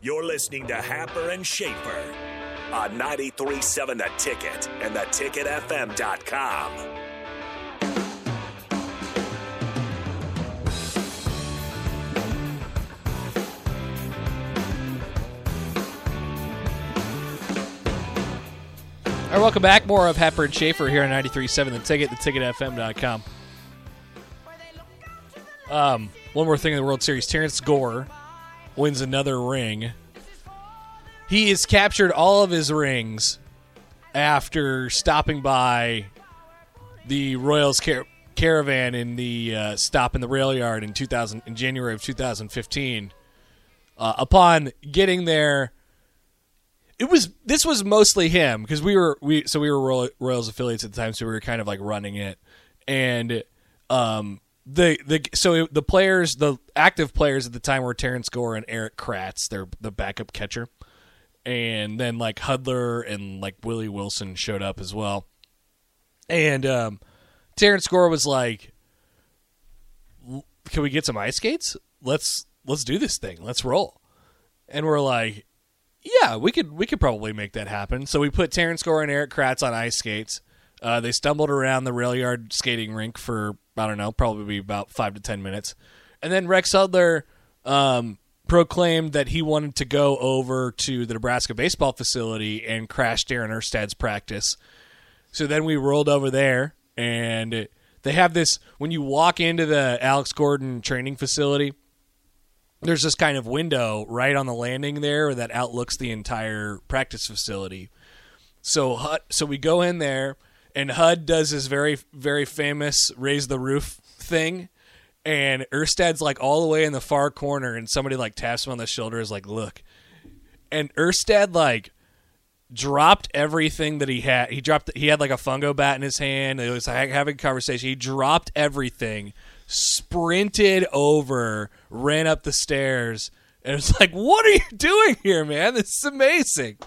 You're listening to Happer and Schaefer on 937 The Ticket and theticketfm.com. All right, welcome back. More of Hepper and Schaefer here on 93.7 The Ticket, theticketfm.com. Um, one more thing in the World Series. Terrence Gore wins another ring. He has captured all of his rings after stopping by the Royals car- caravan in the uh, stop in the rail yard in 2000 in January of 2015. Uh, upon getting there, it was this was mostly him because we were we so we were Roy- Royals affiliates at the time, so we were kind of like running it, and um the the so it, the players the active players at the time were Terrence Gore and Eric Kratz, their the backup catcher, and then like Hudler and like Willie Wilson showed up as well, and um Terrence Gore was like, "Can we get some ice skates? Let's let's do this thing. Let's roll," and we're like yeah, we could we could probably make that happen. So we put Terrence Gore and Eric Kratz on ice skates. Uh, they stumbled around the rail yard skating rink for I don't know, probably about five to ten minutes, and then Rex Hudler um, proclaimed that he wanted to go over to the Nebraska baseball facility and crash Darren Erstad's practice. So then we rolled over there, and they have this when you walk into the Alex Gordon training facility there's this kind of window right on the landing there that outlooks the entire practice facility. So Hud, so we go in there, and HUD does his very very famous raise the roof thing, and Erstad's like all the way in the far corner, and somebody like taps him on the shoulder is like, "Look," and Erstad like dropped everything that he had. He dropped. He had like a fungo bat in his hand. He was ha- having a conversation. He dropped everything, sprinted over, ran up the stairs, and was like, "What are you doing here, man? This is amazing."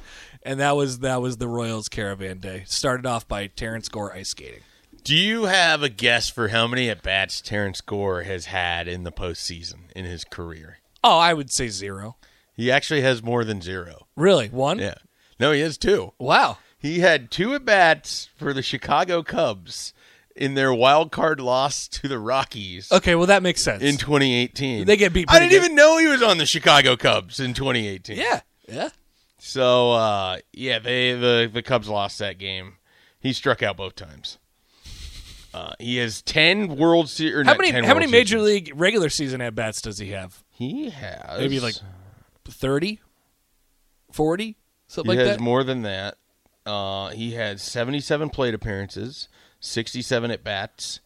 And that was that was the Royals Caravan Day. Started off by Terrence Gore ice skating. Do you have a guess for how many at bats Terrence Gore has had in the postseason in his career? Oh, I would say zero. He actually has more than zero. Really, one? Yeah. No, he has two. Wow. He had two at bats for the Chicago Cubs in their wild card loss to the Rockies Okay, well that makes sense. in 2018. They get beat I pretty didn't good. even know he was on the Chicago Cubs in 2018. yeah, yeah. So uh, yeah, they the the Cubs lost that game. He struck out both times. Uh, he has ten World Series. How many how many major league regular season at bats does he have? He has Maybe like 30, 40, he something like has that. more than that. Uh, he had seventy-seven plate appearances, sixty-seven at bats.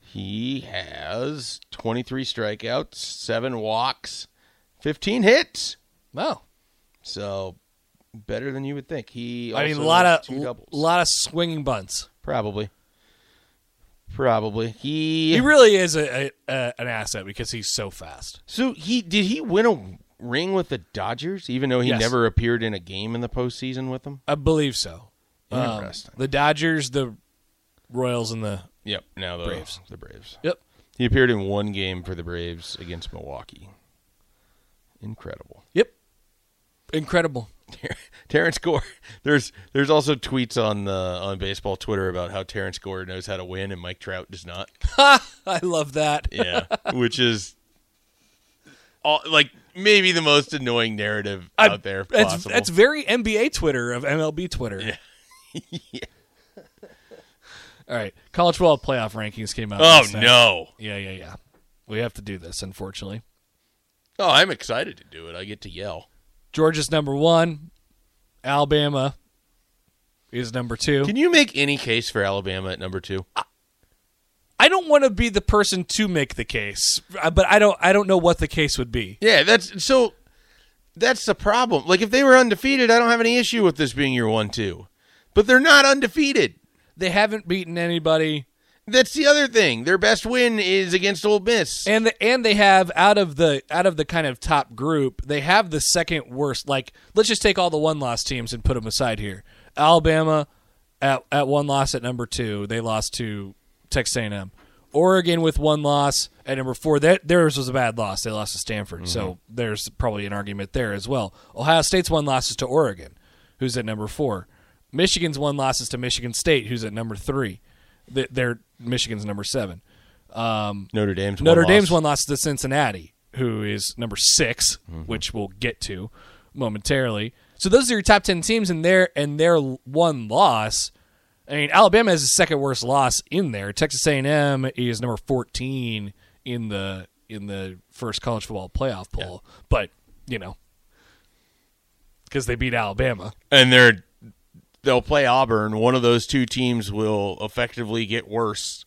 He has twenty-three strikeouts, seven walks, fifteen hits. wow. So better than you would think. He I mean, a also lot has of two doubles. a lot of swinging bunts. Probably. Probably. He, He really is a, a, a an asset because he's so fast. so he did he win a ring with the Dodgers even though he Yes. never appeared in a game in the postseason with them? I believe so. Um, Interesting. the Dodgers, the Royals, and the Yep. Now the Braves. The Braves. yep. He appeared in one game for the Braves against Milwaukee. Incredible. Yep. Incredible. Terrence Gore. There's there's also tweets on the on baseball Twitter about how Terrence Gore knows how to win and Mike Trout does not. I love that. Yeah, which is all, like maybe the most annoying narrative I- out there that's, possible. that's very NBA Twitter of MLB Twitter. Yeah. All right. College football playoff rankings came out. oh last night. no! Yeah, yeah, yeah. We have to do this, unfortunately. Oh, I'm excited to do it. I get to yell. Georgia's number one. Alabama is number two. Can you make any case for Alabama at number two? I don't want to be the person to make the case, uh, but I don't. I don't know what the case would be. Yeah, that's so. That's the problem. Like if they were undefeated, I don't have any issue with this being your one-two. But they're not undefeated. They haven't beaten anybody, That's the other thing. Their best win is against Ole Miss. and the, and they have out of the out of the kind of top group, they have the second worst. Like, let's just take all the one loss teams and put them aside here. Alabama at at one loss at number two, they lost to Texas A&M. Oregon with one loss at number four. That theirs was a bad loss. They lost to Stanford, so there's probably an argument there as well. Ohio State's one loss is to Oregon, who's at number four. Michigan's one loss is to Michigan State, who's at number three. Th- They're Michigan's number seven. Notre Dame's Notre one Dame's loss. one loss to Cincinnati, who is number 6 Mm-hmm. which we'll get to momentarily. So those are your top ten teams, and their and their one loss. I mean, Alabama has the second worst loss in there. Texas A and M is number fourteen in the in the first college football playoff poll, but you know, because they beat Alabama. and they're they'll play Auburn. One of those two teams will effectively get worse,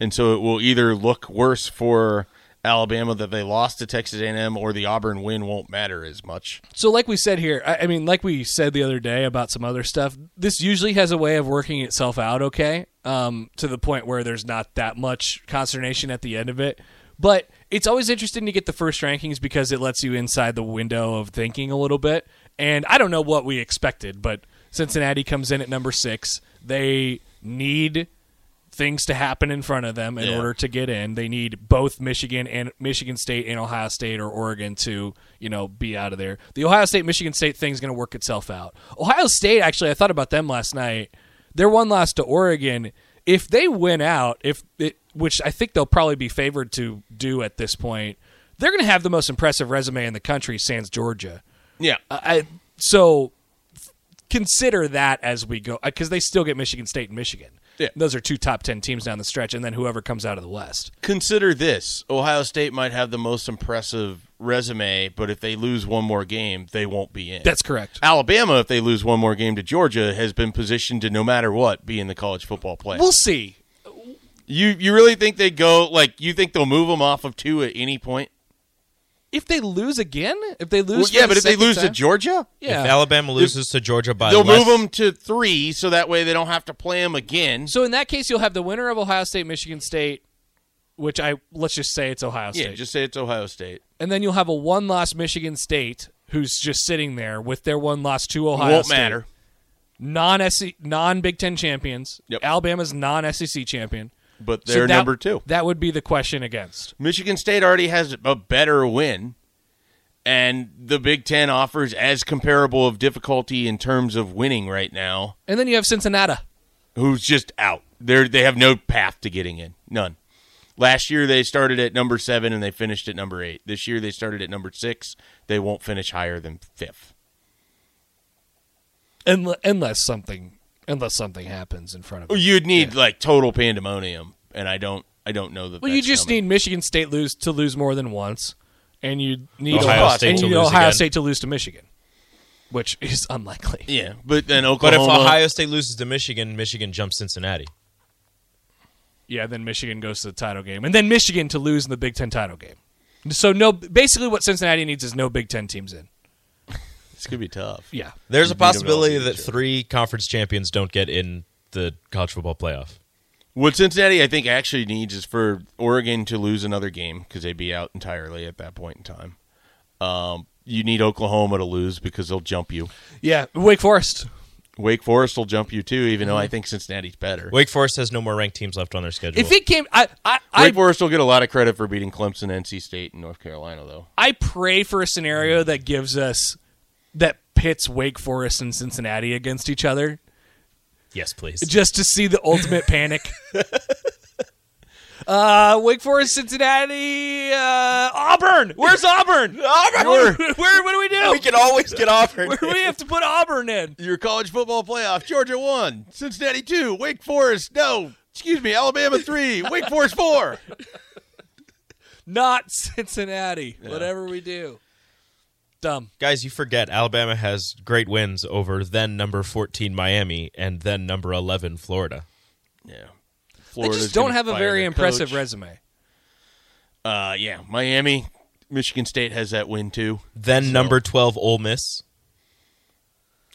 and so it will either look worse for Alabama that they lost to Texas A&M, or the Auburn win won't matter as much. So, like we said here, I, I mean, like we said the other day about some other stuff, this usually has a way of working itself out okay um, to the point where there's not that much consternation at the end of it. But it's always interesting to get the first rankings because it lets you inside the window of thinking a little bit. And I don't know what we expected, but Cincinnati comes in at number six. They need things to happen in front of them in Yeah. order to get in. They need both Michigan and Michigan State and Ohio State or Oregon to, you know, be out of there. The Ohio State Michigan State thing's going to work itself out. Ohio State actually I thought about them last night. Their one loss to Oregon, if they win out, if it which I think they'll probably be favored to do at this point, they're going to have the most impressive resume in the country sans Georgia. Yeah, I so f- consider that as we go because they still get Michigan State and Michigan. Yeah. Those are two top ten teams down the stretch, and then whoever comes out of the West. consider this: Ohio State might have the most impressive resume, but if they lose one more game, they won't be in. That's correct. Alabama, if they lose one more game to Georgia, has been positioned to no matter what be in the college football playoff. We'll see. You you really think they go like you think they'll move them off of two at any point? If they lose again, if they lose, Well, for yeah, the but if they second lose to time- Georgia, yeah. If Alabama loses to Georgia by they'll less, move them to three, so that way they don't have to play them again. so in that case, you'll have the winner of Ohio State, Michigan State, which I let's just say it's Ohio State, yeah, just say it's Ohio State. and then you'll have a one-loss Michigan State who's just sitting there with their one loss to Ohio Won't State. matter. Non SEC, non Big Ten champions. Yep. Alabama's non SEC champion. But So they're that- number two. That would be the question against. Michigan State already has a better win, and the Big Ten offers as comparable of difficulty in terms of winning right now. And then you have Cincinnati. Who's just out? They they have no path to getting in. None. Last year they started at number seven and they finished at number eight. This year they started at number six. They won't finish higher than fifth. Unle- Unless something unless something happens in front of Well, you. You'd need like total pandemonium, and I don't. I don't know that. Well, you that's just coming. need Michigan State lose to lose more than once. And you need Ohio State and to you need lose Ohio again. State to lose to Michigan. Which is unlikely. Yeah, but then But if Oklahoma. Ohio State loses to Michigan, Michigan jumps Cincinnati. Yeah, then Michigan goes to the title game. And then Michigan to lose in the Big Ten title game. So no basically what Cincinnati needs is no Big Ten teams in. it's gonna be tough. Yeah. There's a beat 'em in all possibility the that Big Ten. three conference champions don't get in the college football playoff. What Cincinnati, I think, actually needs is for Oregon to lose another game because they'd be out entirely at that point in time. Um, you need Oklahoma to lose because they'll jump you. Yeah. Wake Forest. Wake Forest will jump you too, even though I Mm-hmm. think Cincinnati's better. Wake Forest has no more ranked teams left on their schedule. If it came, I I Wake I, Forest will get a lot of credit for beating Clemson, NC State, and North Carolina, though. I pray for a scenario Mm. that gives us that pits Wake Forest and Cincinnati against each other, yes, please. just to see the ultimate panic. Uh, Wake Forest, Cincinnati, uh, Auburn. Where's Auburn? Auburn. Where, where? What do we do? can always get offered. Where do we have to put Auburn in? Your college football playoff: Georgia one, Cincinnati two, Wake Forest no, excuse me, Alabama three, Wake Forest four. Not Cincinnati. Whatever we do. Dumb. Guys, you forget Alabama has great wins over then number 14 Miami and then number 11 Florida. Yeah, They Florida's just don't gonna have a fire very their impressive coach. resume. Uh, yeah, Miami, Michigan State has that win too. Then number 12 Ole Miss.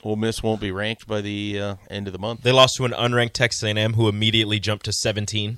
Ole Miss won't be ranked by the uh, end of the month. They lost to an unranked Texas A&M who immediately jumped to 17.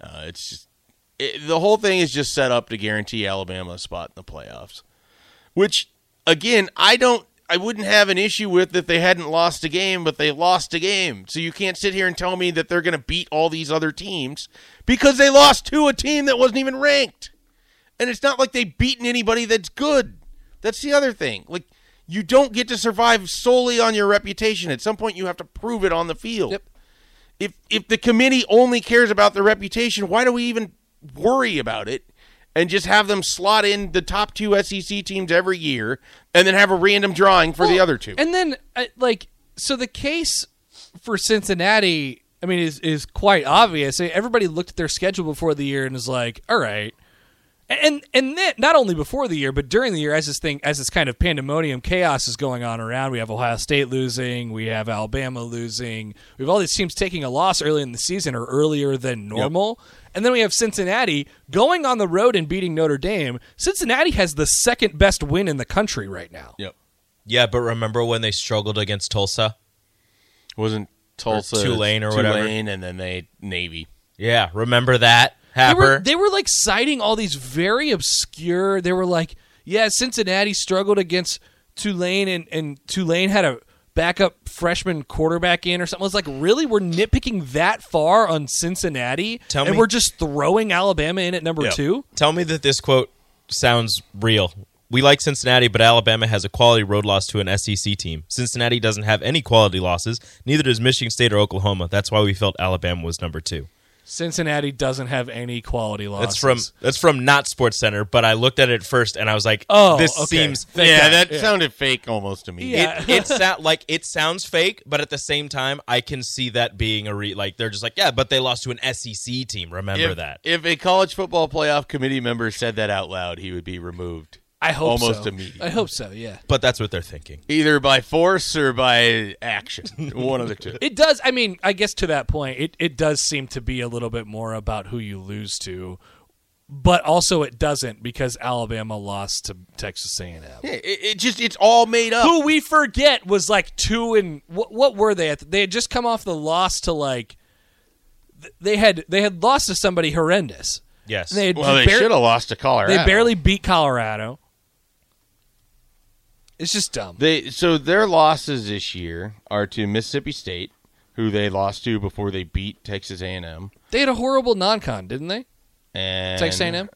Uh, it's just it, the whole thing is just set up to guarantee Alabama a spot in the playoffs, which again I don't. I wouldn't have an issue with if they hadn't lost a game, but they lost a game. So you can't sit here and tell me that they're going to beat all these other teams because they lost to a team that wasn't even ranked. And it's not like they've beaten anybody that's good. That's the other thing. Like you don't get to survive solely on your reputation. At some point you have to prove it on the field. Yep. If if the committee only cares about their reputation, why do we even worry about it? And just have them slot in the top two SEC teams every year, and then have a random drawing for the other two. And then, I- like, so the case for Cincinnati, I mean, is is quite obvious. Everybody looked at their schedule before the year and is like, all right. And and then not only before the year, but during the year, as this thing, as this kind of pandemonium chaos is going on around, we have Ohio State losing, we have Alabama losing, we have all these teams taking a loss early in the season or earlier than normal, and then we have Cincinnati going on the road and beating Notre Dame. Cincinnati has the second best win in the country right now. yep. Yeah, but remember when they struggled against Tulsa? Wasn't Tulsa Tulane or whatever. Tulane, and then they Navy. Yeah, remember that? they Happer. were, they were like citing all these very obscure they were like yeah cincinnati struggled against tulane and, and tulane had a backup freshman quarterback in or something I was like really we're nitpicking that far on cincinnati Tell and me- we're just throwing alabama in at number two Tell me that this quote sounds real. We like Cincinnati, but Alabama has a quality road loss to an SEC team. Cincinnati doesn't have any quality losses, neither does Michigan State or Oklahoma. That's why we felt Alabama was number two. cincinnati doesn't have any quality losses That's from that's from not Sports Center, but I looked at it first and I was like, Oh, this okay. seems Thank yeah, God. that sounded fake almost to me. Yeah. it, it sound like it sounds fake, but at the same time, I can see that being a re like they're just like, yeah, but they lost to an SEC team. Remember if, that? If a college football playoff committee member said that out loud, he would be removed. i hope almost so. immediately. i hope so yeah But that's what they're thinking. Either by force or by action. One of the two. It does. I mean, I guess to that point, it, it does seem to be a little bit more about who you lose to but also it doesn't because Alabama lost to Texas A&M. Yeah, it, it just it's all made up. Who we forget was like two and what, what were they? At they had just come off the loss to like th- they had they had lost to somebody horrendous. Yes. And they had well, they bar- should have lost to Colorado. They barely beat Colorado. It's just dumb. They so their losses this year are to Mississippi State, who they lost to before they beat Texas A&M. They had a horrible non-con, didn't they? And Texas A&M.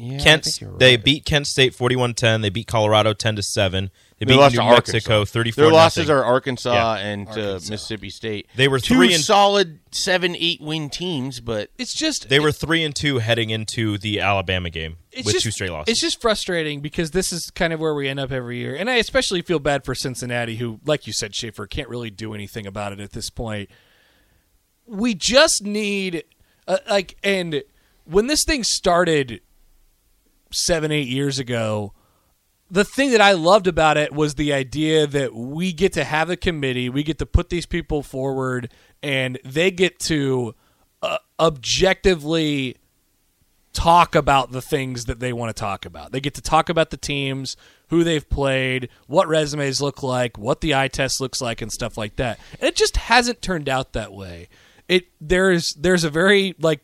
Yeah, I Kent, think you're they right. beat Kent State 41-10. They beat Colorado 10 to 7. They They beat lost New to Mexico Arkansas. 34 Their losses nothing. are Arkansas Yeah. and to Arkansas. Mississippi State. They were two three and- solid seven, eight win teams, but It's just They were 3 and 2 heading into the Alabama game it's with just- two straight losses. It's just frustrating because this is kind of where we end up every year, and I especially feel bad for Cincinnati, who, like you said, Schaefer can't really do anything about it at this point. We just need, uh, like, and when this thing started seven, eight years ago, the thing that I loved about it was the idea that we get to have a committee, we get to put these people forward, and they get to uh, objectively talk about the things that they want to talk about. They get to talk about the teams, who they've played, what resumes look like, what the eye test looks like, and stuff like that. And it just hasn't turned out that way. It there's there's a very like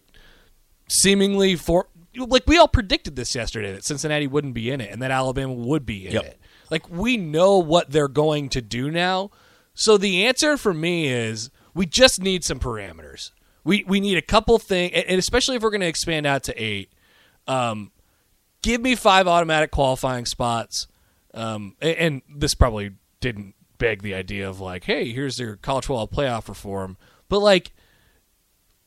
seemingly for like we all predicted this yesterday that Cincinnati wouldn't be in it and that Alabama would be in it. Like we know what they're going to do now. So the answer for me is we just need some parameters. We we need a couple things, and especially if we're going to expand out to eight. Um, give me five automatic qualifying spots. Um, a- and, this probably didn't beg the idea of like, hey, here's your college football playoff reform, but like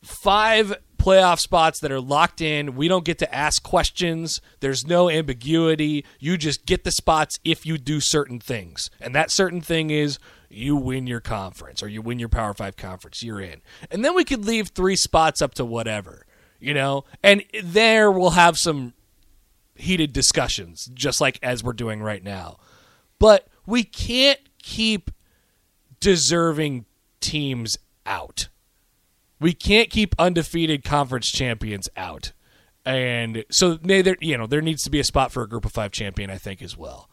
five playoff spots that are locked in. We don't get to ask questions. There's no ambiguity. You just get the spots if you do certain things. And that certain thing is you win your conference or you win your Power 5 conference, you're in. And then we could leave three spots up to whatever, you know? And there we'll have some heated discussions just like as we're doing right now. But we can't keep deserving teams out we can't keep undefeated conference champions out. And so may there you know, there needs to be a spot for a group of five champion, I think, as well.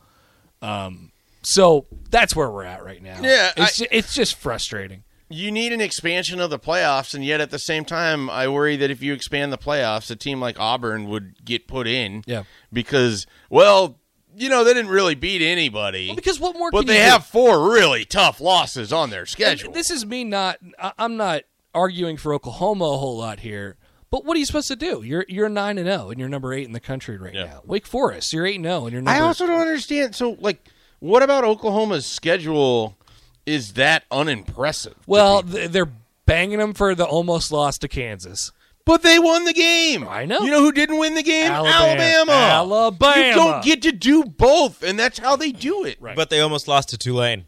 Um so that's where we're at right now. Yeah, It's ju- it's just frustrating. you need an expansion of the playoffs, and yet at the same time, I worry that if you expand the playoffs, a team like Auburn would get put in. Yeah. Because, well, you know, they didn't really beat anybody. Well, because what more but can they you do? have four really tough losses on their schedule. And This is me not. I- I'm not arguing for Oklahoma a whole lot here. But what are you supposed to do? You're you're nine and zero, and you're number eight in the country right now. Wake Forest, you're eight and zero, and you're number. I also don't understand. So, like, what about Oklahoma's schedule is that unimpressive? to well, people? th- they're banging them for the almost loss to Kansas. but they won the game. I know. You know who didn't win the game? Alabama. Alabama. Alabama. You don't get to do both, and that's how they do it. Right. but they almost lost to Tulane.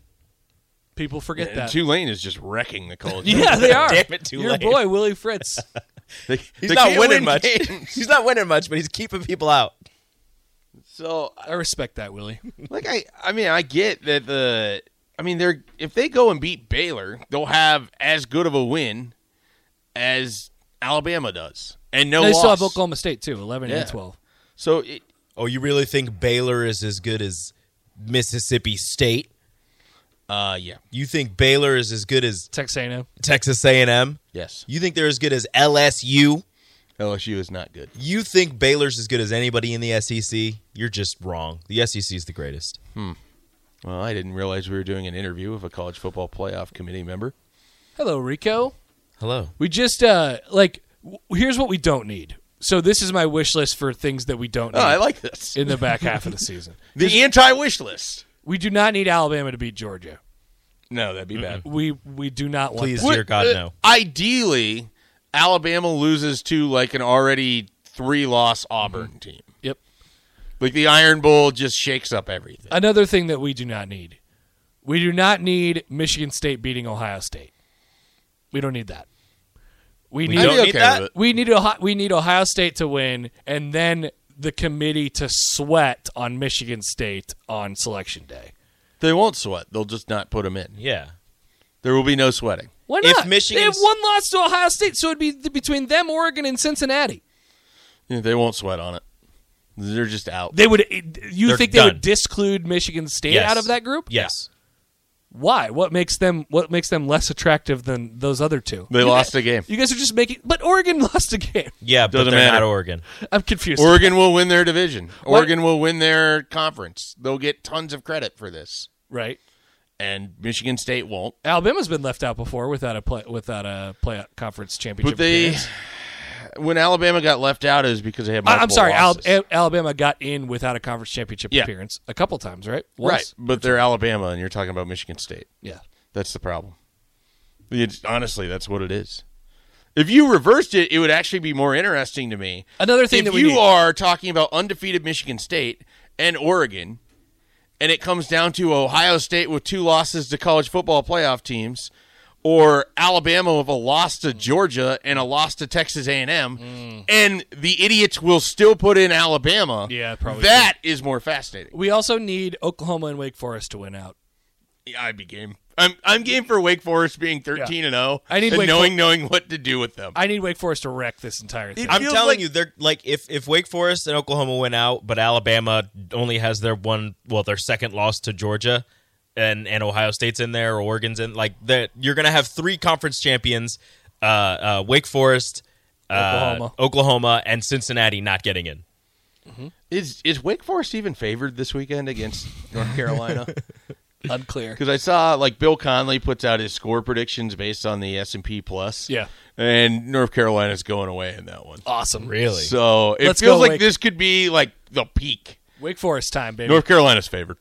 People forget And that. Tulane is just wrecking the college. yeah, they are. Damn it, too Your late. boy Willie Fritz. They- He's they not can't winning win much. games. he's not winning much, but he's keeping people out. So, I respect that Willie. like, I, I mean, I get that the, I mean, they're if they go and beat Baylor, they'll have as good of a win as Alabama does, and no they loss. still have Oklahoma State too, eleven Yeah. and twelve. So it, Oh, you really think Baylor is as good as Mississippi State? Uh, yeah. You think Baylor is as good as Texano. Texas A&M? Yes. You think they're as good as LSU? LSU is not good. You think Baylor's as good as anybody in the SEC? You're just wrong. The SEC is the greatest. Well, I didn't realize we were doing an interview with a college football playoff committee member. Hello, Rico. Hello. We just uh like w- here's what we don't need. So this is my wish list for things that we don't need Oh, I like this. in the back half of the season. The anti wish list. We do not need Alabama to beat Georgia. No, that'd be bad. We we do not want Please, that. dear God, Uh, no. Ideally, Alabama loses to like an already three loss Auburn team. Yep. Like the Iron Bowl just shakes up everything. Another thing that we do not need. We do not need Michigan State beating Ohio State. We don't need that. We need I'd be don't need that? with it. we need Ohio, we need Ohio State to win, and then the committee to sweat on Michigan State on selection day. They won't sweat. They'll just not put them in. Yeah. There will be no sweating. Why If not? they Michigan- have one loss to Ohio State, so it'd be th- between them, Oregon, and Cincinnati. Yeah, They won't sweat on it. They're just out. They would. You They're think they would done. disclude Michigan State Yes. out of that group? Yes. Why? What makes them? What makes them less attractive than those other two? They You lost guys- a game. You guys are just making. But Oregon lost a game. Yeah, but Doesn't they're not matter. Oregon. I'm confused. Oregon will win their division. Oregon will win their conference. They'll get tons of credit for this. right? And Michigan State won't. Alabama's been left out before without a play without a play conference championship. But they, appearance. when Alabama got left out, it was because they had. I- Multiple I'm sorry, Al- losses. A- Alabama got in without a conference championship Yeah. appearance a couple times, right? Once? right, but they're Alabama, and you're talking about Michigan State. Yeah. That's the problem. It's, honestly, that's what it is. If you reversed it, it would actually be more interesting to me. Another thing if that we you need- are talking about undefeated Michigan State and Oregon, and it comes down to Ohio State with two losses to college football playoff teams, or Alabama with a loss to Georgia and a loss to Texas A&M, Mm. and the idiots will still put in Alabama. Yeah, probably That is more fascinating. We also need Oklahoma and Wake Forest to win out. Yeah, I'd be game. I'm I'm game for Wake Forest being 13 and 0. I need and Wake knowing For- knowing what to do with them. I need Wake Forest to wreck this entire thing. I'm feels telling like- you, they're like if if Wake Forest and Oklahoma went out, but Alabama only has their one, well, their second loss to Georgia, and and Ohio State's in there, or Oregon's in, like that. You're gonna have three conference champions, uh, uh Wake Forest, uh, Oklahoma. Oklahoma, and Cincinnati not getting in. is is Wake Forest even favored this weekend against North Carolina? Unclear. Because I saw like Bill Conley puts out his score predictions based on the S and P plus. Yeah. and North Carolina's going away in that one. Awesome. Really? So it Let's feels go like Wake. this could be like the peak. Wake Forest time, baby. North Carolina's favored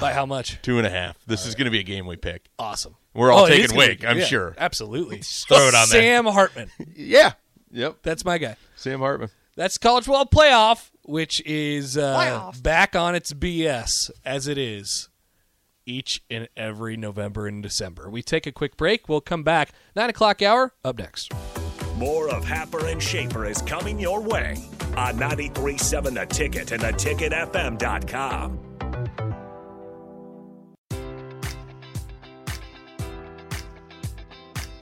By how much? two and a half. This is going to be a game we pick. Awesome. We're all Oh, it taking is gonna Wake, be- I'm yeah, sure. Absolutely. throw it on there. Sam Hartman. Yeah. Yep. That's my guy. Sam Hartman. That's college football playoff, which is uh, back on its BS as it is each and every November and December. We take a quick break. We'll come back. Nine o'clock hour up next. More of Happer and Schaefer is coming your way on 937 The Ticket and theticketfm.com.